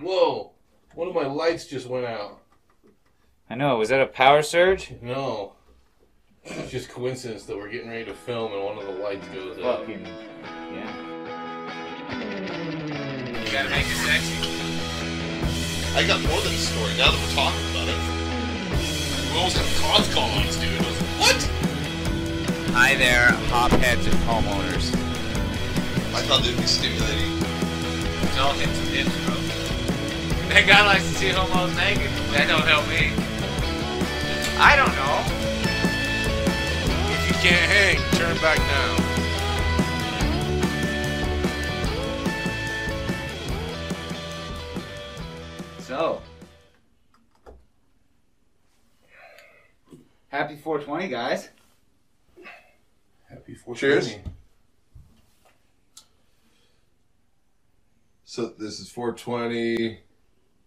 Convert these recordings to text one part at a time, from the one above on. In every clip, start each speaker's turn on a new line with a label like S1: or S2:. S1: Whoa! One of my lights just went out.
S2: I know. Was that a power surge?
S1: No. It's just coincidence that we're getting ready to film and one of the lights goes out.
S2: Fucking. Yeah.
S3: You gotta make it sexy.
S4: I got more than a story now that we're talking about it. We almost have cons call on us, dude. I was like, what?
S3: Hi there, hopheads and homeowners.
S4: I thought they'd be stimulating.
S3: It's all hits and dips, bro. That guy likes to see homos naked. That don't help me. I don't know.
S5: If you can't hang, turn back now.
S2: So. Happy 420, guys.
S1: Happy 420.
S6: Cheers. So this is 420,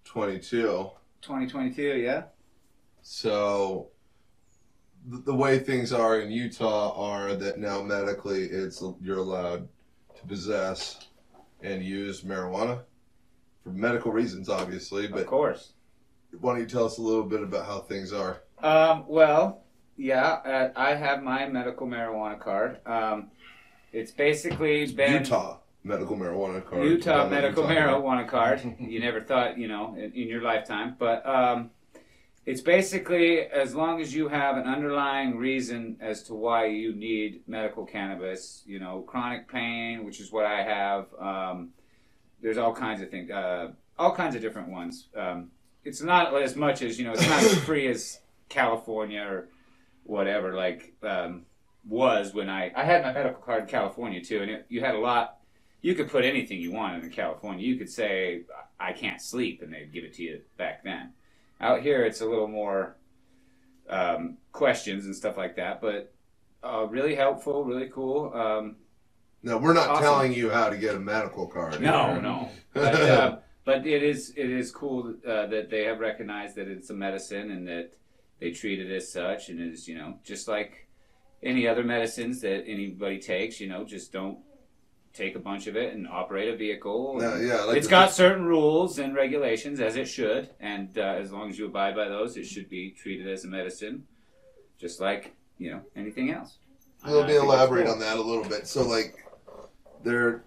S6: 22.
S2: 2022, yeah.
S6: So th- the way things are in Utah are that now medically it's you're allowed to possess and use marijuana for medical reasons, obviously.
S2: Of
S6: But
S2: course.
S6: why don't you tell us a little bit about how things are?
S2: Um, well, yeah, uh, I have my medical marijuana card. Um, it's basically been
S6: Utah medical marijuana card.
S2: Utah
S6: Down in
S2: medical
S6: Utah.
S2: marijuana card. You never thought, you know, in, in your lifetime, but um, it's basically as long as you have an underlying reason as to why you need medical cannabis. You know, chronic pain, which is what I have. Um, there's all kinds of things, uh, all kinds of different ones. Um, it's not as much as you know. It's not as free as California or whatever. Like. Um, was when I, I had my medical card in California too, and it, you had a lot you could put anything you wanted in California. You could say, I can't sleep, and they'd give it to you back then. Out here, it's a little more um, questions and stuff like that, but uh, really helpful, really cool. Um,
S6: No, we're not
S2: Awesome.
S6: telling you how to get a medical card.
S2: no,
S6: here.
S2: no. But, uh, but it is it is cool uh, that they have recognized that it's a medicine and that they treat it as such, and it is you know just like any other medicines that anybody takes. You know, just don't take a bunch of it and operate a vehicle.
S6: No,
S2: and-
S6: yeah, like
S2: it's
S6: the-
S2: got certain rules and regulations as it should and uh, as long as you abide by those it should be treated as a medicine just like you know anything else And I
S6: Let me
S2: think that's
S6: elaborate
S2: cool.
S6: on that a little bit. So, like, they're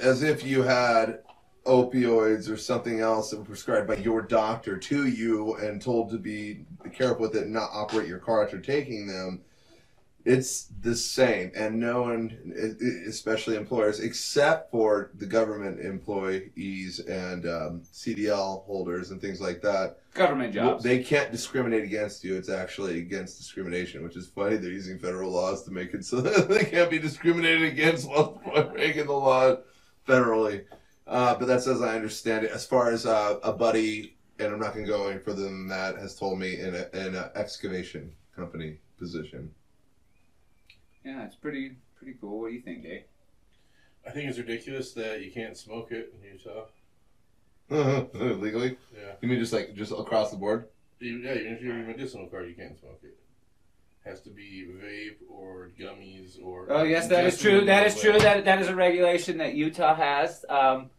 S6: as if you had opioids or something else that were prescribed by your doctor to you and told to be careful with it and not operate your car after taking them. It's the same, and no one, e- e- especially employers, except for the government employees and um, CDL holders and things like that,
S2: government
S6: well,
S2: jobs
S6: They can't discriminate against you. It's actually against discrimination, which is funny. They're using federal laws to make it so that they can't be discriminated against while making the law federally. Uh, but that's as I understand it. As far as uh, a buddy, and I'm not going to go any further than that, has told me in a, in a excavation company position.
S2: yeah it's pretty pretty cool what do you think dave
S1: I think it's ridiculous that you can't smoke it in Utah.
S6: Legally,
S1: Yeah.
S6: you mean just like just across the board?
S1: Even- Yeah, even if you're a medicinal card, you can't smoke it. Has to be vape or gummies or.
S2: oh yes that is true that is true that that is a regulation that utah has um,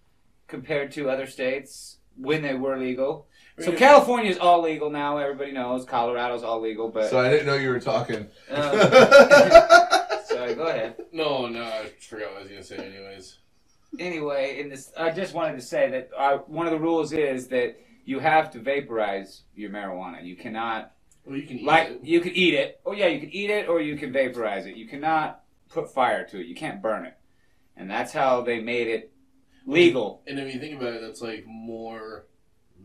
S2: compared to other states when they were legal so california is all legal now everybody knows colorado's all legal but
S6: So I didn't know you were talking.
S2: uh, so go ahead
S1: No, no, I forgot what I was gonna say. Anyways,
S2: anyway, in this, I just wanted to say that uh one of the rules is that you have to vaporize your marijuana. You cannot
S1: well, you can eat
S2: like
S1: it.
S2: you could eat it. Oh yeah, you could eat it, or you can vaporize it. You cannot put fire to it. You can't burn it, and that's how they made it legal.
S1: And if you think about it, that's like more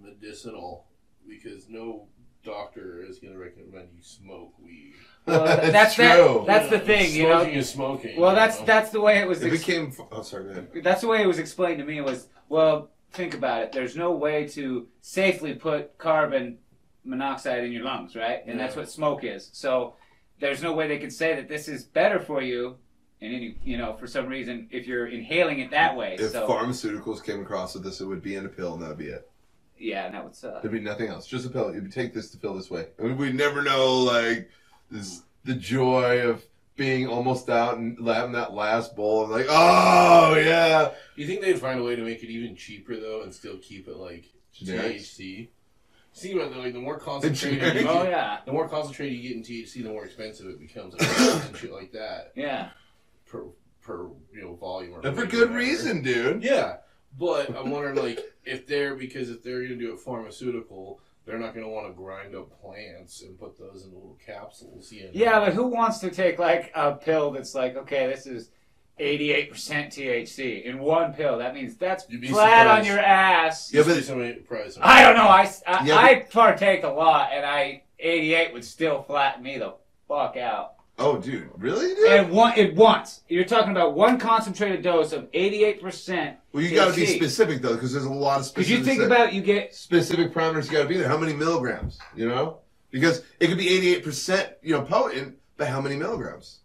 S1: medicinal because no doctor is going to recommend you smoke weed.
S2: Well,
S6: It's
S2: that's
S6: true.
S2: That, that's the thing, you know.
S1: Smoking is smoking.
S2: Well,
S1: you
S2: that's
S1: know?
S2: that's the way it was.
S6: It
S2: ex-
S6: became. Oh, sorry. Go ahead.
S2: that's the way it was explained to me was well think about it there's no way to safely put carbon monoxide in your lungs right and that's
S1: Yeah.
S2: what smoke is so there's no way they could say that this is better for you and any you know for some reason if you're inhaling it that way
S6: If
S2: so
S6: pharmaceuticals came across with this, it would be in a pill, and that would be it.
S2: yeah and that would suck
S6: There'd be nothing else. Just a pill. You'd take this to feel this way. I mean, we never know, like, this, the joy of being almost out and having that last bowl. I'm like, oh yeah.
S1: You think they'd find a way to make it even cheaper though, and still keep it like
S6: Generics?
S1: THC? Just Think about it, like the more concentrated, you
S6: Generics?
S2: Oh
S1: get,
S2: yeah,
S1: the more concentrated you get in THC, the more expensive it becomes, like, and shit like that
S2: yeah.
S1: per per you know volume. Or
S6: And for
S1: rate or
S6: good
S1: whatever.
S6: reason, dude.
S1: Yeah, but I'm wondering like if they're because if they're gonna do a pharmaceutical, they're not gonna want to grind up plants and put those in little capsules. You know?
S2: Yeah, but who wants to take like a pill that's like, okay, this is 88% THC in one pill? That means that's
S1: You'd
S2: flat
S1: be
S2: on
S1: surprised.
S2: your ass.
S6: Yeah,
S1: yeah,
S6: but-
S1: but somebody prize them.
S2: I don't know. I, I,
S6: Yeah,
S2: I partake a lot, and I 88 would still flatten me the fuck out.
S6: Oh, dude, really, dude?
S2: And one at once, you're talking about one concentrated dose of 88%.
S6: well, you got to be
S2: THC.
S6: specific though, because there's a lot of
S2: Because
S6: specific.
S2: you think about you get
S6: specific parameters got to be there. How many milligrams? You know, because it could be 88 percent, you know, potent, but how many milligrams?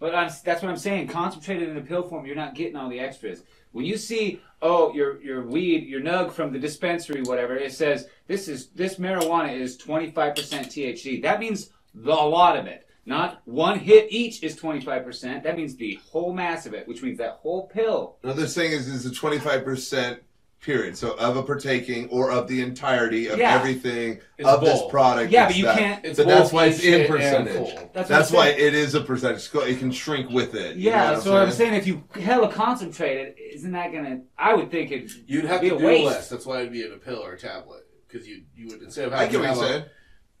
S2: But I'm, that's what I'm saying. Concentrated in a pill form, you're not getting all the extras. When you see, oh, your your weed, your nug from the dispensary, whatever, it says this is this marijuana is 25% THC. That means the lot of it. Not one hit each is 25%. That means the whole mass of it, which means that whole pill.
S6: Another thing is is a 25 percent period, so of a partaking or of the entirety of
S2: Yeah.
S6: everything
S1: It's
S6: of this
S1: bowl.
S6: product.
S2: Yeah,
S6: it's
S2: but you
S6: that.
S2: can't-
S6: But that's
S1: both
S6: why it's
S1: shit
S6: in
S1: and
S6: percentage.
S1: full.
S2: That's, what
S6: That's
S2: I'm
S6: why
S2: saying.
S6: it is a percentage. It can shrink with it. you know
S2: yeah, that's what I'm saying. If you hella concentrated, isn't that gonna? I would think it.
S1: You'd have
S2: be
S1: to
S2: a
S1: do
S2: waste.
S1: less. That's why it'd be in a pill or a tablet because you you would instead of
S6: I
S1: having
S6: get
S1: to
S6: what you're
S1: have a-
S6: saying.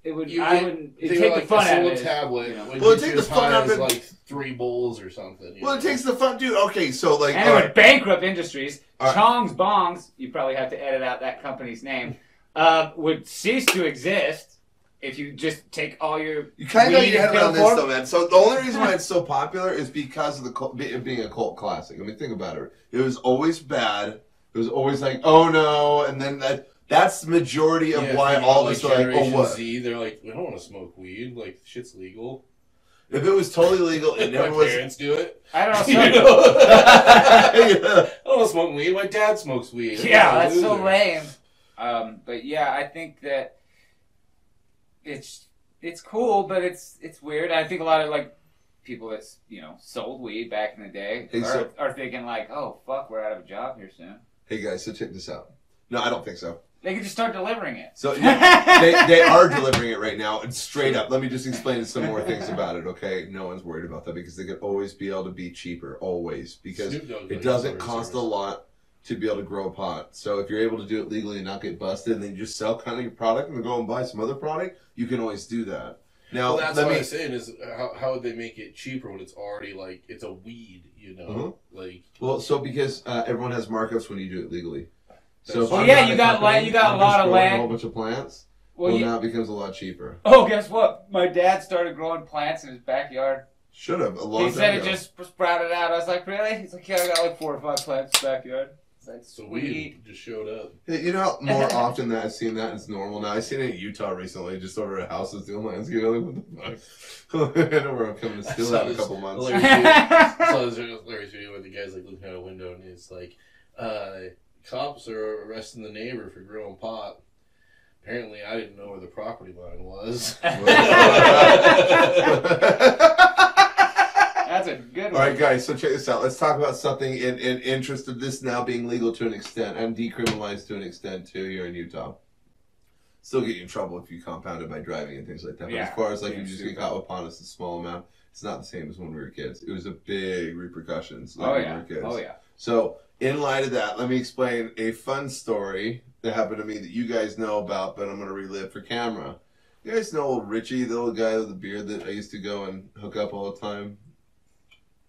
S2: It would.
S1: You
S2: I
S1: get-
S2: wouldn't.
S1: think
S2: It'd
S1: about,
S2: take the
S1: like,
S2: fun
S1: a
S2: out
S1: single
S2: of it.
S1: tablet.
S2: you know.
S1: would
S6: Well, it
S1: get
S6: takes
S1: you
S6: the
S1: as
S6: fun
S1: high
S6: out of
S1: as,
S6: it.
S1: like three bowls or something. you
S6: Well,
S1: know?
S6: it takes the fun, dude. Okay, so like,
S2: And it
S6: all right.
S2: would bankrupt industries.
S6: All right.
S2: Chong's Bongs, you probably have to edit out that company's name, uh, would cease to exist if you just take all your.
S6: You kind of got
S2: weed
S6: your
S2: and
S6: head
S2: pill
S6: around this,
S2: form.
S6: though, man. So the only reason why it's so popular is because of the cult, it being a cult classic. I mean, think about it. It was always bad. It was always like, oh no, and then that. That's the majority of
S1: Yeah,
S6: why
S1: think
S6: all
S1: about,
S6: of us
S1: like,
S6: are like, oh
S1: Generation
S6: what?
S1: Z, they're like, we don't want to smoke weed. Like shit's legal.
S6: If it was totally legal, it
S1: My
S6: never was.
S1: parents do it.
S2: I don't know.
S1: You
S2: some-
S1: know?
S6: Yeah.
S1: I don't smoke weed. My dad smokes weed.
S2: yeah, that's so
S1: Loser.
S2: lame. Um, but yeah, I think that it's it's cool, but it's it's weird. I think a lot of like people that you know sold weed back in the day
S6: Hey,
S2: are,
S6: so-
S2: are thinking like, oh fuck, we're out of a job here soon.
S6: Hey guys, so check this out. No, I don't think so.
S2: They could just start delivering it.
S6: So yeah, they, they are delivering it right now, and straight up. Let me just explain some more things about it, okay? No one's worried about that because they could always be able to be cheaper, always. Because
S1: Snoop Dogg's
S6: It
S1: like
S6: doesn't
S1: delivery
S6: cost a
S1: service.
S6: lot to be able to grow a pot. So if you're able to do it legally and not get busted, and then you just sell kind of your product and go and buy some other product, you can always do that. Now
S1: Well, that's
S6: let
S1: what
S6: me.
S1: I'm saying is uh, how, how would they make it cheaper when it's already like it's a weed, you know?
S6: Mhm.
S1: Like
S6: Well, so because uh, everyone has markups when you do it legally. So if
S1: Well,
S6: I'm
S2: yeah,
S6: not
S2: you
S6: a
S2: got
S6: company,
S2: land- you got a
S6: I'm
S2: lot
S6: just
S2: of
S6: growing
S2: land.
S6: a whole bunch of plants.
S2: Well,
S6: Well,
S2: you,
S6: now it becomes a lot cheaper.
S2: Oh, guess what? My dad started growing plants in his backyard.
S6: Should have a long
S2: He
S6: time
S2: said it
S6: ago.
S2: just sprouted out. I was like, really? He's like, yeah, I got like four or five plants in the backyard. It's like,
S1: so
S2: sweet.
S1: weed just showed up.
S6: Hey, You know, more often that I've seen that it's normal now. I've seen it in Utah recently, just over at houses doing landscaping. Like, what the fuck? I know where I'm coming to steal
S1: I
S6: that in a
S1: was-
S6: couple months.
S1: like-
S2: yeah,
S1: so there's a hilarious video where the guy's like looking out a window and it's like, uh, cops are arresting the neighbor for growing pot. Apparently, I didn't know where the property line was.
S2: that's a good
S6: All
S2: one.
S6: right, guys. So check this out. Let's talk about something in, in interest of this now being legal to an extent and decriminalized to an extent too here in Utah. Still get you in trouble if you compound it by driving and things like that. But
S2: Yeah,
S6: as far as like
S2: being
S6: you just
S2: stupid.
S6: get caught with pot, it's a small amount. It's not the same as when we were kids. It was a big repercussions. Like
S2: Oh
S6: when
S2: yeah.
S6: we were kids.
S2: Oh yeah.
S6: So in light of that, let me explain a fun story that happened to me that you guys know about, but I'm gonna relive for camera. You guys know old Richie, the little guy with the beard that I used to go and hook up all the time.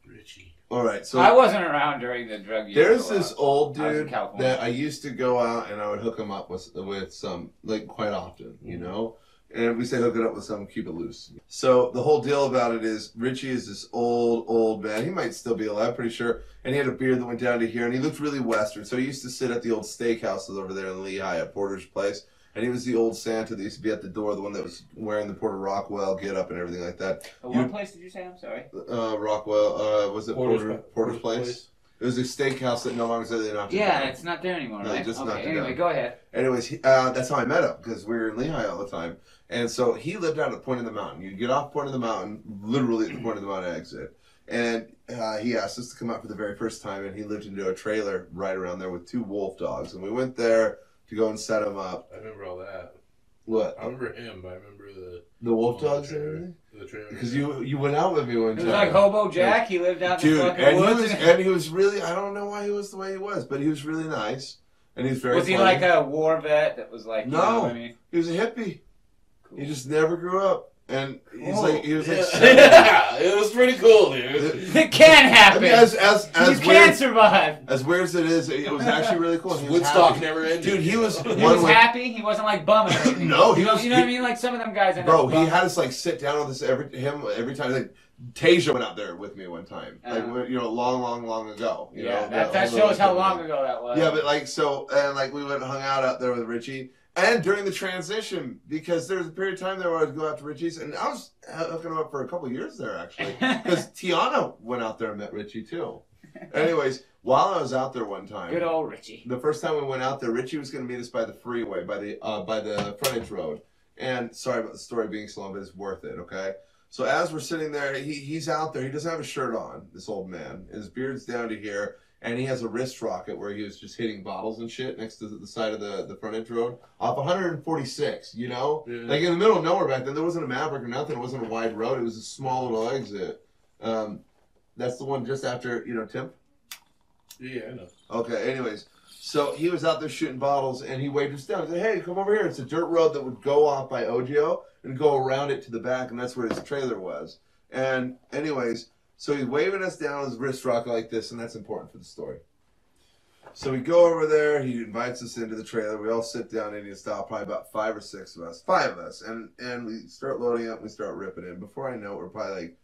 S1: Richie.
S6: All right, so
S2: I wasn't around during the drug use.
S6: there's
S2: a lot.
S6: this old
S2: I was uh, in
S6: dude
S2: California.
S6: that I used to go out and I would hook him up with with some like quite often,
S2: Mm-hmm.
S6: you know. And we say hook it up with some, keep it loose. So the whole deal about it is Richie is this old old man. He might still be alive, pretty sure. And he had a beard that went down to here, and he looked really western. So he used to sit at the old steakhouses over there in Lehigh at Porter's Place. And he was the old Santa that used to be at the door, the one that was wearing the Porter Rockwell get up and everything like that.
S2: What
S6: you-
S2: place did you say? I'm sorry.
S6: Uh, Rockwell, uh, was it Porter's, Porter's, Place? It was a steakhouse that no longer said they knocked it
S2: Yeah,
S6: down.
S2: it's not there anymore,
S6: No,
S2: right?
S6: just knocked
S2: okay,
S6: it
S2: anyway,
S6: down.
S2: go ahead.
S6: Anyways, he- uh, that's how I met him because we were in Lehigh all the time. And so he lived out at the point of the mountain. You get off point of the mountain, literally at the point of the mountain exit. And uh, he asked us to come out for the very first time, and he lived into a trailer right around there with two wolf dogs. And we went there to go and set him up.
S1: I remember all that.
S6: What?
S1: I remember him, but I remember the
S6: The wolf dogs and everything?
S1: the trailer.
S6: Because you you went out with me
S2: It
S6: one
S2: was
S6: time.
S2: like Hobo Jack. He lived out in
S6: Dude,
S2: the fucking
S6: and he,
S2: woods.
S6: was, and he was really, I don't know why he was the way he was, but he was really nice. And he was very
S2: was he
S6: funny.
S2: like a war vet that was like, you
S6: No.
S2: know what I mean?
S6: He was a hippie. He just never grew up. And he's
S2: Cool.
S6: like, he was like,
S1: yeah, it was pretty cool, dude.
S2: It can
S6: I
S2: happen.
S6: mean, as, as,
S2: you
S6: as,
S2: can
S6: weird,
S2: survive.
S6: as weird as it is, it was actually really cool. He was
S1: Woodstock
S6: happy.
S1: never ended.
S6: Dude, he was
S2: He
S6: One
S2: was
S6: way-
S2: happy. He wasn't like bumming. or anything.
S6: No, he
S2: you know,
S6: was-
S2: you know what I mean. Like some of them guys. I know
S6: Bro, he
S2: bum-
S6: had us like sit down on this every him every time. Like Tasia went out there with me one time, like
S2: Uh-huh.
S6: we- you know, long, long, long ago. You
S2: Yeah,
S6: know,
S2: that, that
S6: whole
S2: shows how
S6: little-
S2: long ago that was.
S6: Yeah, but like so, and like we went and hung out out there with Richie, and during the transition because there was a period of time there where I would go out to Richie's, and I was hooking him up for a couple years there actually because Tiana went out there and met Richie too. Anyways, while I was out there one time,
S2: good old Richie.
S6: the first time we went out there, Richie was going to meet us by the freeway, by the uh, by the frontage road. And sorry about the story being so long, but it's worth it. Okay. So as we're sitting there, he, he's out there. He doesn't have a shirt on. This old man, his beard's down to here, and he has a wrist rocket where he was just hitting bottles and shit next to the, the side of the the frontage road off 146. You know,
S1: Yeah.
S6: like in the middle of nowhere back then, there wasn't a Maverick or nothing. It wasn't a wide road. It was a small little exit. Um, that's the one just after you know Tim.
S1: yeah, I know.
S6: Okay, anyways. So he was out there shooting bottles and he waved us down. He said, Hey, come over here. It's a dirt road that would go off by Ojo and go around it to the back, and that's where his trailer was. And, anyways, so he's waving us down his wrist rocket like this, and that's important for the story. So we go over there. He invites us into the trailer. We all sit down Indian style, probably about five or six of us, five of us, and and we start loading up. and We start ripping it. Before I know it, we're probably like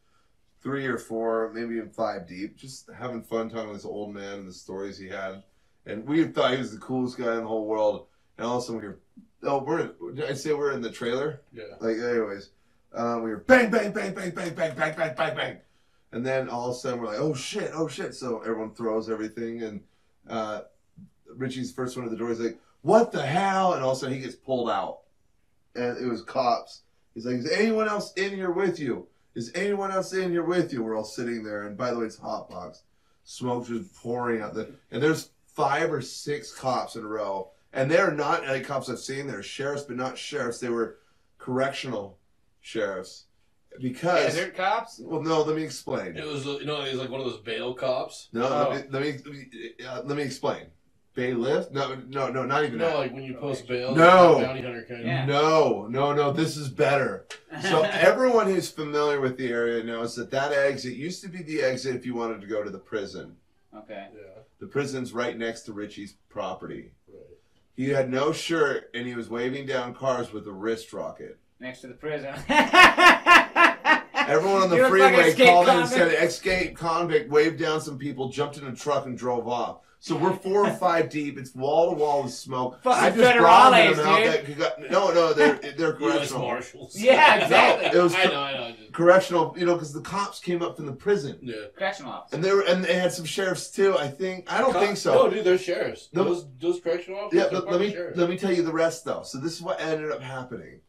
S6: three or four, maybe even five deep, just having fun talking to this old man and the stories he had. And we thought he was the coolest guy in the whole world. And all of a sudden we were, oh, we're in, did I say we're in the trailer?
S1: Yeah.
S6: Like, anyways, um, we were bang, bang, bang, bang, bang, bang, bang, bang, bang, bang. And then all of a sudden we're like, oh shit, oh shit. So everyone throws everything. And uh, Richie's first one to the door. He's like, what the hell? And all of a sudden he gets pulled out. And it was cops. He's like, is anyone else in here with you? Is anyone else in here with you? We're all sitting there. And by the way, it's a hot box. Smoke just pouring out. The, and there's five or six cops in a row. And they're not like cops I've seen. They're sheriffs, but not sheriffs. They were correctional sheriffs because
S2: Desert cops.
S6: well no let me explain
S1: It was you know, it was like one of those bail cops.
S6: no
S2: Oh.
S6: let me let me, let me, uh, let me explain bailiff no no no not
S1: You
S6: even
S1: know,
S6: that.
S1: like when you post bail,
S6: No.
S1: bounty hunter kind of.
S2: Yeah.
S6: no no no this is better so e- everyone who's familiar with the area knows that that exit used to be the exit if you wanted to go to the prison
S2: okay.
S1: Yeah,
S6: the prison's right next to richie's property
S1: right.
S6: he had no shirt and he was waving down cars with a wrist rocket
S2: Next to the prison.
S6: Everyone on the
S2: You're a fucking
S6: freeway
S2: escape
S6: called in and
S2: convict.
S6: said, escape convict, waved down some people, jumped in a truck, and drove off. So we're four or five deep. It's wall to wall with smoke.
S2: Fucking
S6: I just brought
S2: federales,
S6: them out.
S2: dude.
S6: That could got, no, no, they're
S1: U.S.
S6: they're correctional.
S1: Marshals.
S2: Yeah, exactly.
S6: No, it was
S1: I know, I know. I just-
S6: Correctional, you know, because the cops came up from the prison,
S1: yeah.
S2: Correctional officer.
S6: and they were and they had some sheriffs too. I think I don't
S1: Cop-
S6: think so.
S1: No, dude, they're sheriffs.
S6: No.
S1: Those those correctional officers.
S6: Yeah,
S1: are
S6: let, let
S1: fucking
S6: me
S1: sheriffs.
S6: let me tell you the rest though. So this is what ended up happening.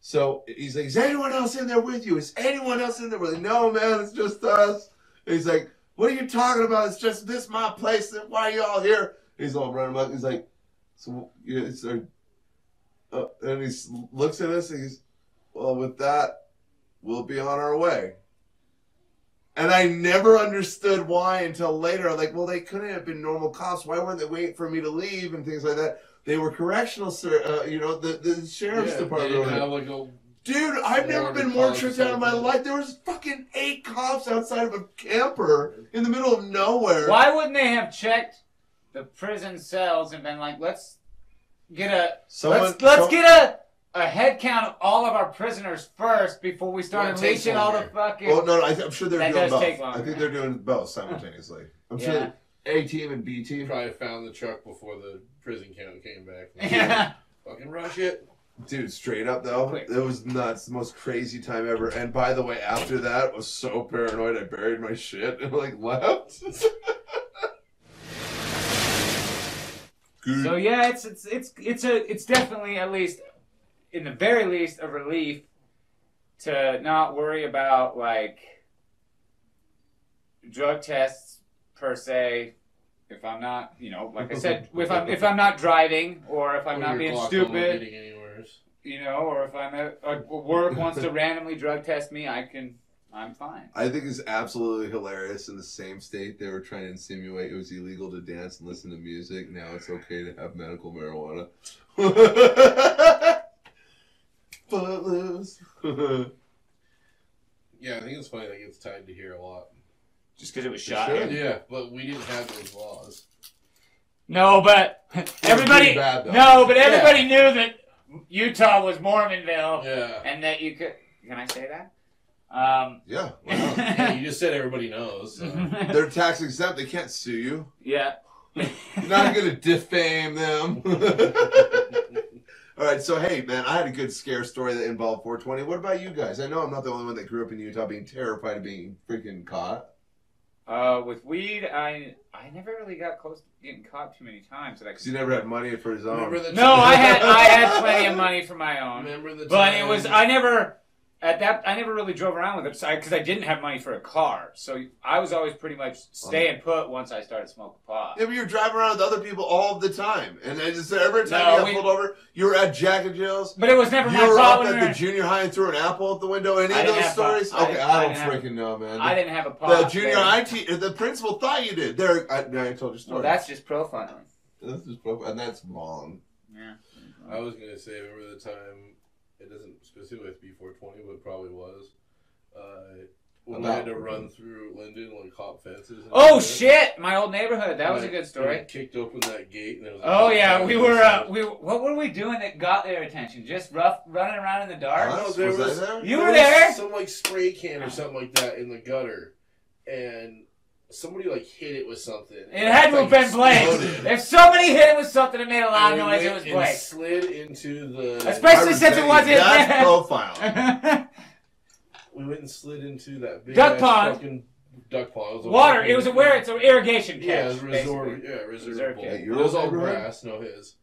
S6: So he's like, "Is anyone else in there with you? Is anyone else in there?" We're like, "No, man, it's just us." And he's like, "What are you talking about? It's just this my place. Then why are you all here?" He's all running up. He's like, "So you know, it's like," uh, and he s- looks at us and he's, "Well, with that, we'll be on our way." And I never understood why until later. Like, well, they couldn't have been normal cops. Why weren't they waiting for me to leave and things like that? They were correctional, sir. Uh, you know, the, the sheriff's
S1: yeah,
S6: department.
S1: They didn't
S6: over there.
S1: have like a
S6: Dude, I've never
S1: Warren
S6: been more
S1: cops
S6: tricked out in my
S1: outside.
S6: life. There was fucking eight cops outside of a camper in the middle of nowhere.
S2: Why wouldn't they have checked the prison cells and been like, let's get a
S6: Someone-
S2: let's let's
S6: some-
S2: get a a head count of all of our prisoners first before we start
S1: Well, it takes
S2: unleashing all the
S1: longer.
S2: fucking.
S6: Well, no, no I, I'm sure they're
S2: That
S6: doing
S2: does
S6: both.
S2: take
S6: I
S2: longer.
S6: think they're doing both simultaneously. I'm
S2: Yeah.
S6: sure A team and B
S1: He
S6: team.
S1: probably found the truck before the prison count came back.
S2: Yeah.
S1: Fucking rush it.
S6: Dude, straight up though,
S2: Quick.
S6: it was nuts. The most crazy time ever. And by the way, after that, I was so paranoid, I buried my shit and like left.
S2: So yeah, it's it's it's it's a it's definitely at least in the very least a relief to not worry about like drug tests per se. If I'm not, you know, like I said, if I'm if I'm not driving or if I'm
S1: Or
S2: not
S1: your
S2: being
S1: clock won't be
S2: stupid,
S1: getting anywhere.
S2: you know, or if I'm at uh, work wants to randomly drug test me, I can I'm fine.
S6: I think it's absolutely hilarious. In the same state, they were trying to insinuate it was illegal to dance and listen to music. Now it's okay to have medical marijuana. Footloose.
S1: Yeah, I think it's funny that gets tied to here a lot.
S2: Just because it was
S6: shot sure. here.
S1: Yeah, but we didn't have those laws.
S2: No, but everybody.
S6: pretty bad, though.
S2: no, but everybody knew that Utah was Mormonville,
S1: Yeah.
S2: and that you could. Can I say that? Um,
S6: yeah.
S1: Well, yeah, you just said everybody knows. so.
S6: They're tax exempt. They can't sue you.
S2: yeah.
S6: You're not going to defame them. All right, so hey, man, I had a good scare story that involved 420. What about you guys? I know I'm not the only one that grew up in Utah being terrified of being freaking caught.
S2: Uh, with weed, I I never really got close to getting caught too many times that I
S6: Because
S2: could.
S6: he never had money for his own.
S1: Remember the
S2: No, I had I had plenty of money for my own,
S1: Remember the
S2: but
S1: time-
S2: it was I never. At that, I never really drove around with it because I didn't have money for a car, so I was always pretty much staying put once I started smoking pot.
S6: Yeah, but you're driving around with other people all the time. And I just every time
S2: No,
S6: you got
S2: we-
S6: pulled over, you were at Jack and Jill's.
S2: But it was never
S6: You
S2: my
S6: were up
S2: problem. when
S6: at
S2: we
S6: the
S2: were-
S6: junior high and threw an apple at the window. Any
S2: I
S6: of
S2: didn't
S6: those
S2: have
S6: stories?
S2: pop. I
S6: okay,
S2: didn't-
S6: I
S2: I
S6: don't
S2: didn't have-
S6: freaking know, man.
S2: I didn't have a pot.
S6: the junior
S2: there.
S6: high te- the principal thought you did. There, I, I told your story.
S2: Well, that's just profiling.
S6: this is prob- and that's wrong.
S2: Yeah. uh,
S1: I was gonna say, remember the time? It doesn't specifically have to be 420, but it probably was. Uh, when I had to
S6: About-
S1: run through Linden like cop fences. and
S2: Oh
S1: shit.
S2: shit! My old neighborhood. That was a
S1: Like,
S2: good
S1: we
S2: story.
S1: Kicked open that gate and there was. a
S2: Oh
S1: cop
S2: yeah,
S1: out
S2: we
S1: there.
S2: were. Uh, we what were we doing that got their attention? Just rough running around in the dark.
S1: Huh?
S6: Us?
S1: there
S6: was
S1: was-
S6: I there?
S2: You
S1: There
S2: were
S1: was
S2: there.
S1: Some like spray can or something like that in the gutter, and somebody like hit it with something.
S2: It had to have been
S1: exploded.
S2: Blake. If somebody hit it with something that made a loud
S1: And we
S2: noise, it
S1: went
S2: was
S1: and
S2: Blake.
S1: Slid into the.
S2: Especially-
S6: I would
S2: since it
S6: say
S2: wasn't
S6: that's
S2: there.
S6: profile.
S1: we went and slid into that big
S2: Duck
S1: ass
S2: pond.
S1: Fucking duck pond. It was a
S2: Water.
S1: fucking-
S2: It was a where it's an irrigation catch.
S1: Yeah, it was
S2: basically.
S1: reserve. Yeah,
S2: Reserve
S1: reserve. bowl.
S2: catch.
S1: It
S6: Your
S1: was
S6: old
S1: all
S6: neighborhood?
S1: grass. No, his.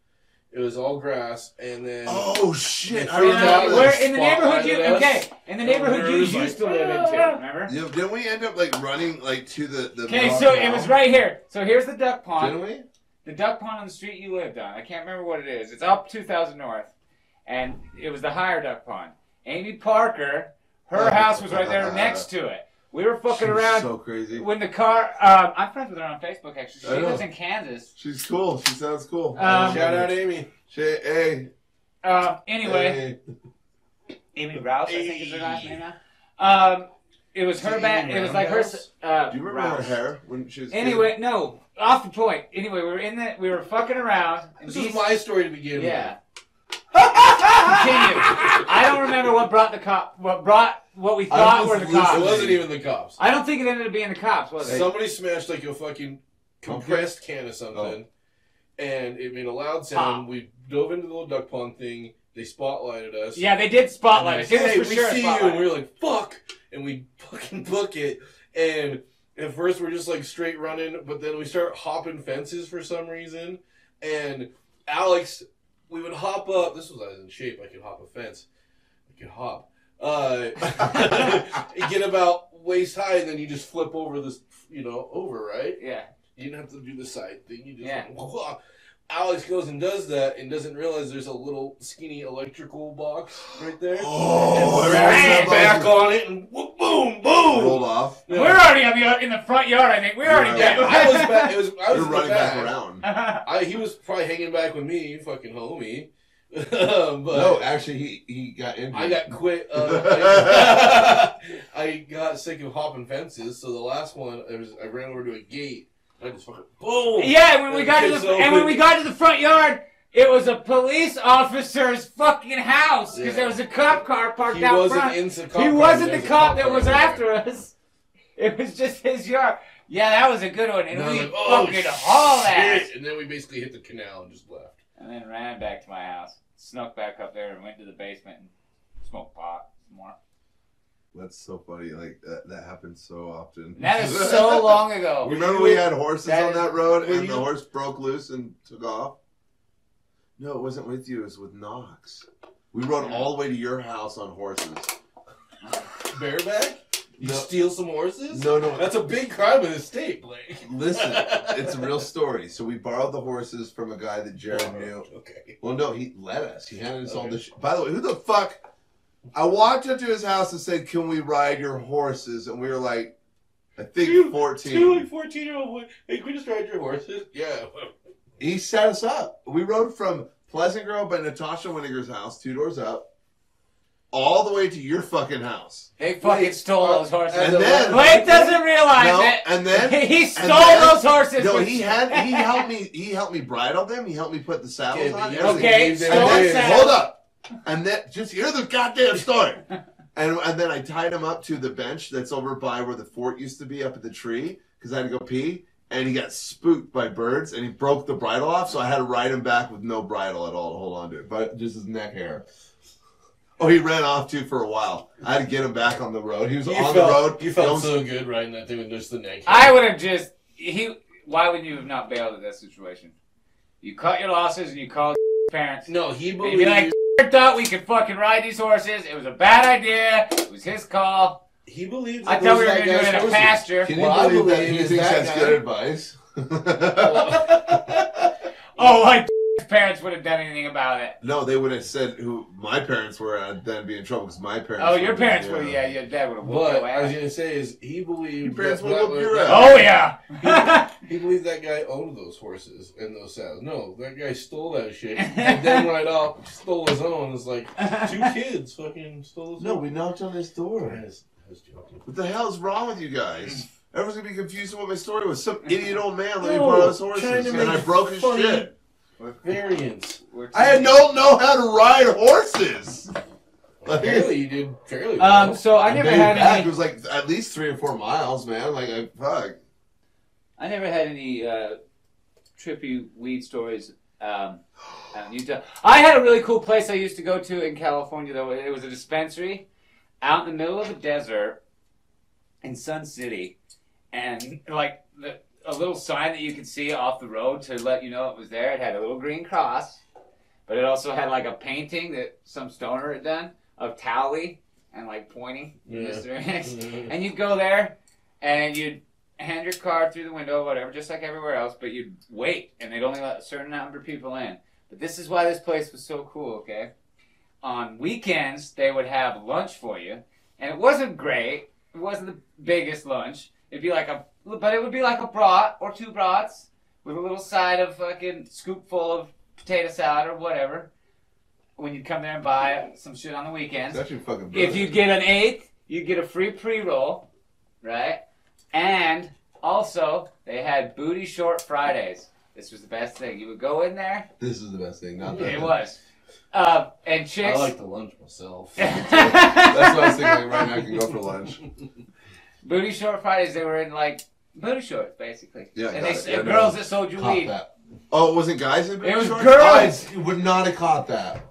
S1: It was all grass, and then.
S6: Oh shit! I
S1: Yeah,
S6: remember.
S2: Yeah,
S1: Remember
S2: we're
S1: the
S2: in the neighborhood you
S1: spotlight of
S2: okay?
S1: us?
S2: In the
S1: Yeah,
S2: neighborhood
S1: we
S2: you
S1: were
S2: used
S1: like,
S2: to live in too. Remember?
S6: Yeah, didn't we end up like running like to the the?
S2: Okay,
S6: rock
S2: so it was
S6: wall?
S2: right here. So here's the duck pond.
S6: Didn't we?
S2: the duck pond on the street you lived on. I can't remember what it is. It's up 2000 North, and it was the higher duck pond. Amy Parker, her house was right there next to it. We were fucking
S6: Oh, She's
S2: around
S6: So crazy.
S2: when the car. Um, I'm friends with her on Facebook actually. She
S6: I know.
S2: lives in Kansas.
S6: She's cool. She sounds cool.
S2: Um,
S1: Shout out Amy.
S6: She, hey,
S2: Um, anyway,
S6: hey.
S2: Amy Rouse, I think is her last name now. Um, it was her
S1: Amy
S2: back. It was like her. s- Uh,
S6: Do you remember
S2: Rouse.
S6: her hair when she was? a kid?
S2: Anyway, no, off the point. Anyway, we were in the. We were fucking around. in
S1: This was
S2: DC.
S1: my story to begin
S2: Yeah. Continue. I don't remember what brought the cop. What brought what we thought
S6: was
S2: were the
S6: listening.
S1: with. It
S2: cops.
S1: wasn't even the cops.
S2: Ah. I don't think it ended up being the cops, was it?
S1: Somebody smashed like a fucking compressed can of something, and it made a loud sound. We dove into the little duck pond thing. They spotlighted us.
S2: yeah, they did
S1: And
S2: spotlight us.
S1: they
S2: It
S1: said,
S2: was
S1: Hey, we
S2: for sure a
S1: see you,
S2: spotlight.
S1: and we were like, "Fuck!" And we fucking book it. And at first, we're just like straight running, but then we start hopping fences for some reason. And Alex, we would hop up. This was I was in shape. I could hop a fence. I could hop. Uh, get about waist high, and then you just flip over this, you know, over right.
S2: yeah.
S1: You didn't have to do the side thing. You just
S2: Yeah.
S1: went, Alex goes and does that and doesn't realize there's a little skinny electrical box right there.
S6: Oh, I
S1: and
S6: remember
S1: ran
S6: that
S1: back
S6: ball
S1: on it and whoop, boom, boom.
S6: rolled off.
S1: Yeah.
S2: We're already on the, in the front yard. I think we're already
S6: Right.
S1: Yeah,
S2: dead.
S1: I was back. It was, I was
S6: You're
S1: in the
S6: running back
S1: back.
S6: around.
S1: I, he was probably hanging back with me, fucking homie. Um, but
S6: no, actually, he he got injured.
S1: I got quit. Uh, I, I got sick of hopping fences, so the last one, I, was, I ran over to a gate. And I just fucking boom.
S2: yeah, when we
S1: And
S2: got to
S1: kids
S2: the and when
S1: open.
S2: we got to the front yard, it was a police officer's fucking house because
S1: Yeah.
S2: there was a cop car parked
S1: He
S2: out
S1: wasn't
S2: front.
S1: in the cop
S2: he
S1: car,
S2: wasn't
S1: there
S2: the cop
S1: a
S2: that
S1: car
S2: was
S1: there.
S2: after us. It was just his yard. Yeah, that was a good one, and
S1: And I was
S2: we
S1: like, oh,
S2: fucking haul ass.
S1: shit. And then we basically hit the canal and just left.
S2: And then ran back to my house, snuck back up there, and went to the basement and smoked pot some more.
S6: That's so funny. Like that, that happens so often.
S2: That is so long ago.
S6: Remember we had horses
S2: That
S6: on
S2: is-
S6: that road
S2: were
S6: and
S2: you-
S6: the horse broke loose and took off? No, it wasn't with you. It was with Knox. We rode all the way to your house on horses.
S1: Bareback? You
S6: No.
S1: steal some horses?
S6: No, no.
S1: That's a big crime in the state, Blake.
S6: Listen, it's a real story. So we borrowed the horses from a guy that Jared knew.
S1: Okay.
S6: Well, no, he let us. He handed us all
S1: Okay.
S6: this. Sh- By the way, who the fuck? I walked up to his house and said, "Can we ride your horses?" And we were like, I think
S1: Dude,
S6: fourteen.
S1: Two like fourteen year old boy. Hey, can we just ride your horses? Yeah.
S6: he set us up. We rode from Pleasant Grove by Natasha Winninger's house, two doors up, all the way to your fucking house.
S2: They fucking
S1: Wait,
S2: stole
S1: uh,
S2: those horses.
S6: and then-
S2: Blake doesn't realize
S6: No,
S2: it.
S6: and then
S2: he stole
S6: then-
S2: those horses.
S6: no,
S2: from-
S6: he had he helped me he helped me bridle them. He helped me put the saddles
S1: Okay,
S6: on.
S1: but
S6: everything.
S2: Okay,
S1: And
S2: so
S6: And
S1: Don't
S6: then-
S1: say-
S6: hold up. And then just hear the goddamn story. And, and then I tied him up to the bench that's over by where the fort used to be up at the tree because I had to go pee. And he got spooked by birds and he broke the bridle off. So I had to ride him back with no bridle at all to hold on to it, but just his neck hair. Oh, he ran off too for a while. I had to get him back on the road. He was on the road.
S1: You
S6: He
S1: felt
S6: almost-
S1: so good riding that thing with just the neck.
S2: I would have just he. Why would you have not bailed at that situation? You cut your losses and you called parents.
S1: No, he
S2: And you'd be
S1: believed.
S2: like, thought we could fucking ride these horses. It was a bad idea. It was his call.
S1: he believed.
S2: I
S1: that
S2: thought
S1: those
S2: we were
S1: that
S2: gonna do it
S1: guy's
S2: in a
S1: horses.
S2: pasture.
S6: Can you
S1: Well, I
S6: believe that he
S1: believe
S6: thinks
S1: that
S6: that's
S1: guy-
S6: good advice?
S2: Oh, like parents would have done anything about it.
S6: No, they would have said who my parents were. I'd then be in trouble because my parents.
S2: Oh, your
S6: would've been,
S2: parents would. Yeah, your dad would have whooped
S1: But
S2: your
S1: I was
S2: ass.
S1: gonna say is he believed.
S6: Your parents
S1: that
S6: would
S1: that
S6: whoop
S1: was-
S6: your ass.
S2: Oh yeah.
S1: He believed that guy owned those horses and those saddles. No, that guy stole that shit and then right off stole his own. It's like two kids fucking stole his
S6: No,
S1: own.
S6: we knocked on his
S1: I
S6: door.
S1: was- I was joking.
S6: What the hell is wrong with you guys? Everyone's gonna be confused on what my story was. Some idiot old man let me
S1: No,
S6: borrow his
S1: trying
S6: horses,
S1: to make
S6: and I broke his
S1: funny-
S6: shit.
S1: Variants.
S2: We're
S6: I had don't know how to ride horses. Like,
S1: Apparently you did fairly well.
S2: Um. So I never
S6: made it
S2: had
S6: back. It
S2: any.
S6: was like at least three or four miles, man. Like, I, fuck.
S2: I never had any uh, trippy weed stories. Um, out in Utah. I had a really cool place I used to go to in California, though. It was a dispensary out in the middle of the desert in Sun City, and like the, a little sign that you could see off the road to let you know it was there. It had a little green cross, but it also had like a painting that some stoner had done of Towley and like pointing in this direction.
S1: Mhm.
S2: And you'd go there, and you'd hand your card through the window, whatever, just like everywhere else. But you'd wait, and they'd only let a certain number of people in. But this is why this place was so cool. Okay, on weekends they would have lunch for you, and it wasn't great. It wasn't the biggest lunch. It'd be like a, but it would be like a brat or two brats with a little side of fucking scoop full of potato salad or whatever. When you come there and buy some shit on the weekends,
S6: It's actually fucking.
S2: if
S6: brilliant.
S2: you get an eighth, you get a free pre-roll, right? And also, they had booty short Fridays. This was the best thing. You would go in there.
S6: this is the best thing. Not that.
S2: It was. Uh, and
S1: I
S2: chicks.
S1: like the lunch myself.
S6: That's what I was thinking. Like, right now, I can go for lunch.
S2: booty short Fridays. They were in like booty shorts, basically.
S6: Yeah,
S2: And
S6: got
S2: they
S6: it.
S2: s-
S6: Yeah, no.
S2: girls that sold you
S6: Caught
S2: weed.
S6: that. Oh, it wasn't guys in
S2: It was
S6: shorts?
S2: girls.
S6: I s- would not have caught that.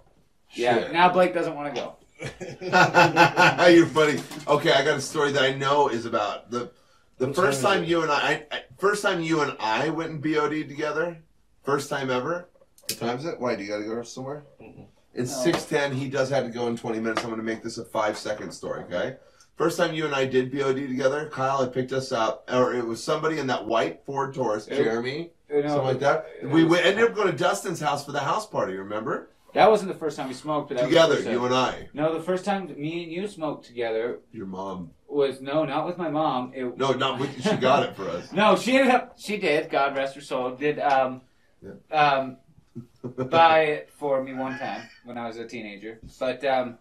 S2: Yeah.
S6: Shit.
S2: Now Blake doesn't want to go.
S6: You're funny. Okay, I got a story that I know is about the the
S1: What
S6: first
S1: time is
S6: time
S1: it?
S6: you and I, I first time you and I went and BOD together, first time ever. What time is it? Why do you got to go somewhere? It's
S2: No.
S6: six ten. He does have to go in twenty minutes. I'm going to make this a five second story. Okay. First time you and I did BOD together, Kyle had picked us up, or it was somebody in that white Ford Taurus,
S2: It-
S6: Jeremy,
S2: You know,
S6: something like that.
S2: it
S6: We,
S2: was-
S6: we ended up going to Dustin's house for the house party. Remember?
S2: That wasn't the first time we smoked, but that
S6: together,
S2: Was the first time-
S6: you and I,
S2: no, the first time me and you smoked together
S6: your mom.
S2: was no, not with my mom. It
S6: No, not with, she got it for us.
S2: No, she ended up. She did. God rest her soul. Did um,
S6: Yeah.
S2: um, buy it for me one time when I was a teenager. But um,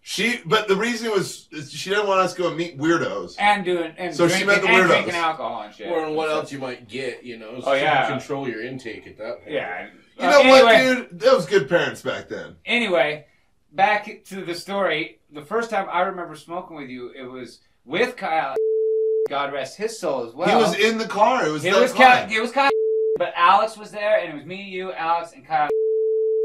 S6: She, but the reason was is she didn't want us to go and meet weirdos.
S2: and doing and
S6: So she
S2: drinking,
S6: met the
S2: and
S6: weirdos.
S2: drinking alcohol and shit.
S1: Or on what else you might get, you know. So
S2: Oh,
S1: you
S2: yeah.
S1: Control your intake at that point.
S2: Yeah.
S6: You
S2: Uh,
S6: know
S2: anyway,
S6: what, dude? That was good parents back then.
S2: Anyway, back to the story. The first time I remember smoking with you, it was with Kyle. God rest his soul as well.
S6: he was in the car. It was
S2: It
S6: that
S2: was
S6: car.
S2: Kyle. It was Kyle. But Alex was there, and it was me, you, Alex, and Kyle.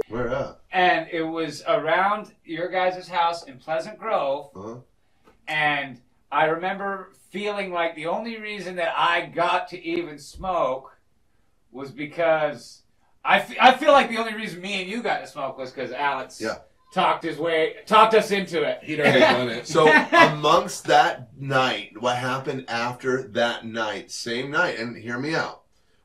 S6: Where at?
S2: and it was around your guys' house in Pleasant Grove.
S6: Uh-huh.
S2: And I remember feeling like the only reason that I got to even smoke was because I fe- I feel like the only reason me and you got to smoke was because Alex
S6: Yeah.
S2: talked his way, talked us into it.
S1: He'd already done it.
S6: So amongst that night, what happened after that night, same night, and hear me out.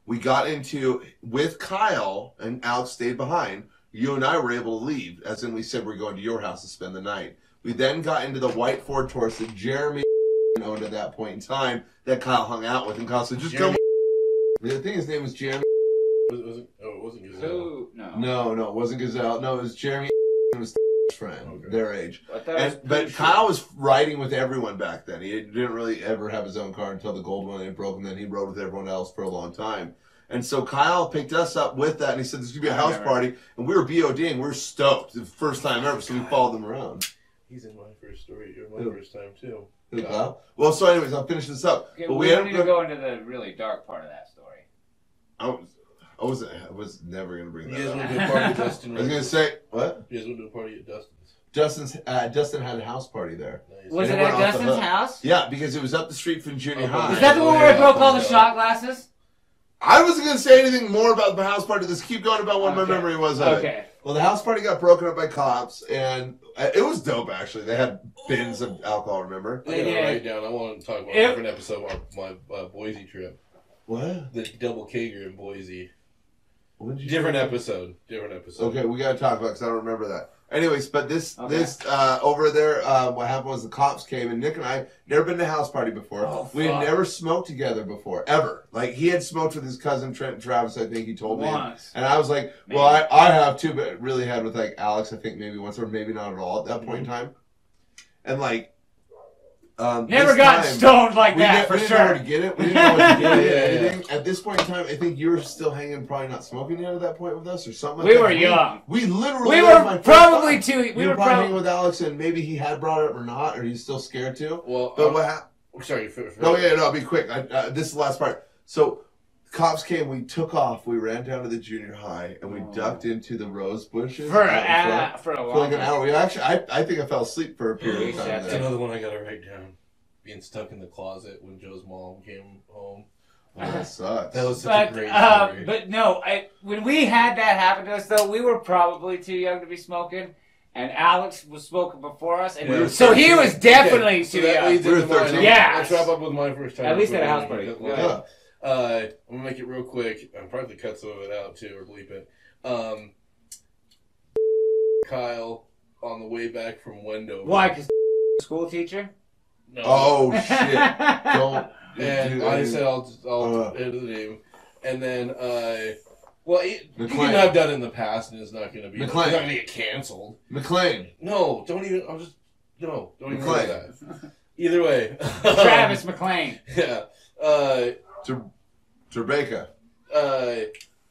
S6: We got into with Kyle and Alex stayed behind. You and I were able to leave, as in we said we're going to your house to spend the night. We then got into the white Ford Taurus that Jeremy owned at that point in time that Kyle hung out with, and Kyle said, "Just
S1: Jeremy-
S6: go." I think his name was Jeremy.
S1: Was, was it, oh, it wasn't Gazelle.
S2: Who? No.
S6: No, no, it wasn't Gazelle. No, it was Jeremy. It was friend,
S1: Okay.
S6: their age.
S2: I thought it was
S6: And, but
S2: Pooch.
S6: Kyle was riding with everyone back then. He didn't really ever have his own car until the gold one had broken. Then he rode with everyone else for a long time. And so Kyle picked us up with that, and he said, "This is gonna be a
S2: I
S6: house
S2: remember.
S6: party." And we were BODing. We were stoked. The first time ever, so we followed them around.
S1: He's in my first story. You're my
S6: Who?
S1: first time too.
S6: Who, Kyle? Well, so anyways, I'll finish this up.
S2: Okay,
S6: but
S2: we,
S6: we,
S2: don't
S6: ended
S2: need
S6: up.
S2: to go into the really dark part of that story.
S6: I was, I was, I was never gonna
S1: You
S6: bring
S1: guys
S6: that.
S1: went
S6: Up.
S1: to a party at Dustin.
S6: I was gonna say what?
S1: You guys went to a party at Dustin's.
S6: Justin's uh, Justin had a house party there.
S1: Nice.
S2: Was
S6: it
S2: it
S6: went
S2: at
S6: off the
S2: Dustin's
S6: hook.
S2: house?
S6: Yeah, because it was up the street from junior
S1: Oh,
S6: high.
S2: Is that the one where I broke all the
S1: Yeah.
S2: shot glasses?
S6: I wasn't going to say anything more about the house party. Just keep going about what my
S2: Okay.
S6: memory was of it.
S2: Okay.
S6: Well, the house party got broken up by cops, and uh, it was dope, actually. They had bins of alcohol, remember?
S1: I gotta
S2: Yeah.
S1: write down. I want to talk about
S2: It-
S1: a different episode of my, my uh, Boise trip.
S6: What?
S1: The double Kager in Boise.
S6: When did you-
S1: Different episode. Different episode.
S6: Okay, we got to talk about because I don't remember that. Anyways, but this
S2: Okay.
S6: this uh, over there, uh, what happened was the cops came and Nick and I never been to a house party before.
S2: Oh,
S6: we had
S2: fuck.
S6: never smoked together before, ever. Like he had smoked with his cousin Trent and Travis, I think he told me.
S2: Once.
S6: And I was like, well, I, I have too, but really had with like Alex, I think maybe once or maybe not at all at that
S2: Mm-hmm.
S6: point in time. And like, um,
S2: Never
S6: this
S2: gotten
S6: time,
S2: stoned like
S6: we
S2: that
S6: didn't- we
S2: for
S6: didn't know where
S2: sure.
S6: to get it. We didn't know what to do.
S1: Yeah,
S6: with
S1: yeah, yeah.
S6: anything. At this point in time, I think you were still hanging, probably not smoking yet at that point with us or something. like
S2: We
S6: that.
S2: were young.
S6: We literally.
S2: We
S6: that was
S2: were
S6: my first
S2: probably
S6: time.
S2: too.
S6: We
S2: We
S6: were,
S2: were
S6: probably hanging
S2: probably.
S6: with Alex, and maybe he had brought it up or not, or he's still scared to.
S1: Well,
S6: But
S2: Uh-huh.
S1: um,
S6: what happened?
S1: sorry. For, for,
S6: No, yeah, no, I'll be quick. I, uh, this is the last part. So, cops came. We took off. We ran down to the junior high, and we
S2: Oh.
S6: ducked into the rose bushes
S2: For,
S6: out in front
S2: uh, for a
S6: for
S2: long
S6: like an
S2: time.
S6: hour. We actually, I, I think I fell asleep for a period of time.
S2: Recess.
S1: That's
S6: there.
S1: another one I gotta write down. Being stuck in the closet when Joe's mom came home.
S6: Oh, that sucks.
S1: That was such a
S2: But,
S1: great
S2: uh,
S1: story.
S2: but no, I, when we had that happen to us, though, we were probably too young to be smoking, and Alex was smoking before us, and
S1: We were
S2: so he was definitely
S1: Okay,
S2: too
S1: that
S2: young.
S1: leads
S6: We were
S1: into mine.
S6: 13.
S1: I'll-
S2: Yes.
S1: I'll wrap up with my first time.
S2: At least at a
S1: Maybe
S2: house
S1: we
S2: party.
S1: can cut
S2: Yeah.
S1: one
S6: yeah.
S1: out. Uh, I'm gonna make it real quick. I'll probably cut some of it out too, or bleep it. Um, Kyle on the way back from Wendover.
S2: Why? Because school teacher.
S1: No.
S6: Oh shit! Don't.
S1: And
S6: dude,
S1: I said I'll just, I'll
S6: Uh.
S1: edit the name, and then uh, well, it, you
S6: McLean.
S1: can have done in the past, and it's not gonna be.
S6: McLean.
S1: It's not gonna get canceled.
S6: McLean.
S1: No, don't even. I'll just no. Don't even
S6: McClay.
S1: do that. Either way,
S2: Travis McLean.
S1: Yeah. Uh,
S6: Ter- Terbeka.
S1: uh,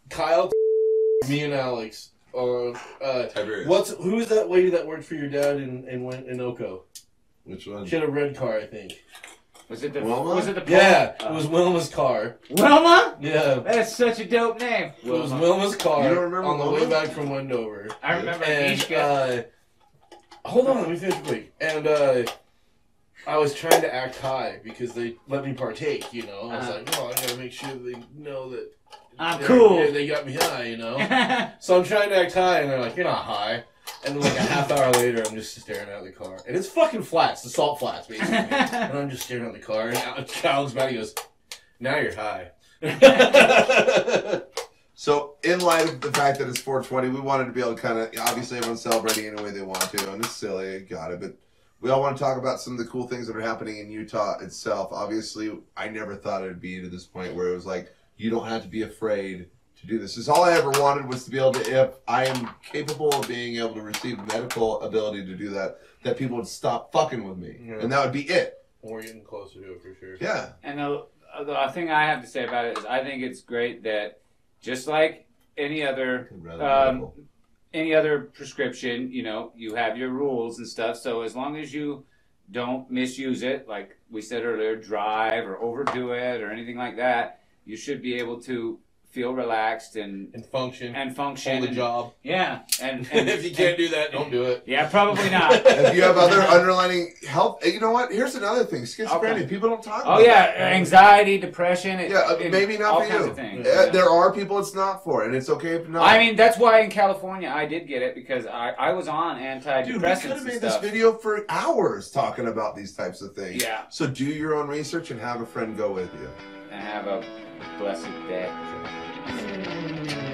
S1: Kyle, me and Alex. Uh, uh,
S6: Tiberius.
S1: what's who is that lady that worked for your dad in and went in Oko?
S6: Which one?
S1: She had a red car, I think.
S2: Was it the?
S6: Wilma?
S2: Was it the?
S1: Yeah,
S2: Oh.
S1: it was Wilma's car.
S2: Wilma.
S1: Yeah,
S2: That's such a dope name.
S1: it was Wilma's car
S6: You don't remember
S1: on the way
S6: Wilma?
S1: back from Wendover.
S2: I remember
S1: And
S2: Mishka.
S1: uh, hold on, let me finish quick. And uh, I was trying to act high because they let me partake. You know, I was
S2: Uh-huh.
S1: like, oh, I gotta make sure they know that
S2: I'm
S1: they're-
S2: cool.
S1: yeah, they got me high. You know. So I'm trying to act high, and they're like, "You're not high." And then like a half hour later, I'm just staring out the car, and it's fucking flats, the salt flats, basically. and I'm just staring at the car, and Alex Alex Batty goes, "Now you're high."
S6: So, in light of the fact that it's 420, we wanted to be able to kind of obviously everyone's celebrating any way they want to, and it's silly, got it. But we all want to talk about some of the cool things that are happening in Utah itself. Obviously, I never thought it'd be to this point where it was like you don't have to be afraid to do this. Is all I ever wanted was to be able to, if I am capable of being able to receive medical ability to do that, that people would stop fucking with me,
S1: Yeah.
S6: and that would be it.
S1: We're getting closer to it for sure.
S6: Yeah,
S2: And the, the thing I have to say about it is, I think it's great that just like any other um, any other prescription, you know, you have your rules and stuff. So as long as you don't misuse it, like we said earlier, drive or overdo it or anything like that, you should be able to feel relaxed and
S1: and function,
S2: and function.
S1: hold a
S2: and-
S1: job.
S2: Yeah, and,
S1: And if you can't do that, don't do it.
S2: and- yeah, probably not.
S6: If you have other underlining health, eh, you know what? Here's another thing: schizophrenia.
S2: Okay.
S6: People don't talk.
S2: Oh
S6: about Eh,
S2: yeah,
S6: that.
S2: anxiety, depression. It,
S6: yeah. uh,
S2: it-
S6: Maybe not
S2: all
S6: for
S2: kinds
S6: you.
S2: Of things,
S6: Uh,
S2: yeah.
S6: There are people it's not for, and it's okay if not.
S2: I mean, that's why in California I did get it because I, I was on antidepressants
S6: Dude, we could
S2: and
S6: have made this
S2: stuff.
S6: video for hours talking about these types of things.
S2: Yeah.
S6: So do your own research and have a friend go with you.
S2: and have a blessed day.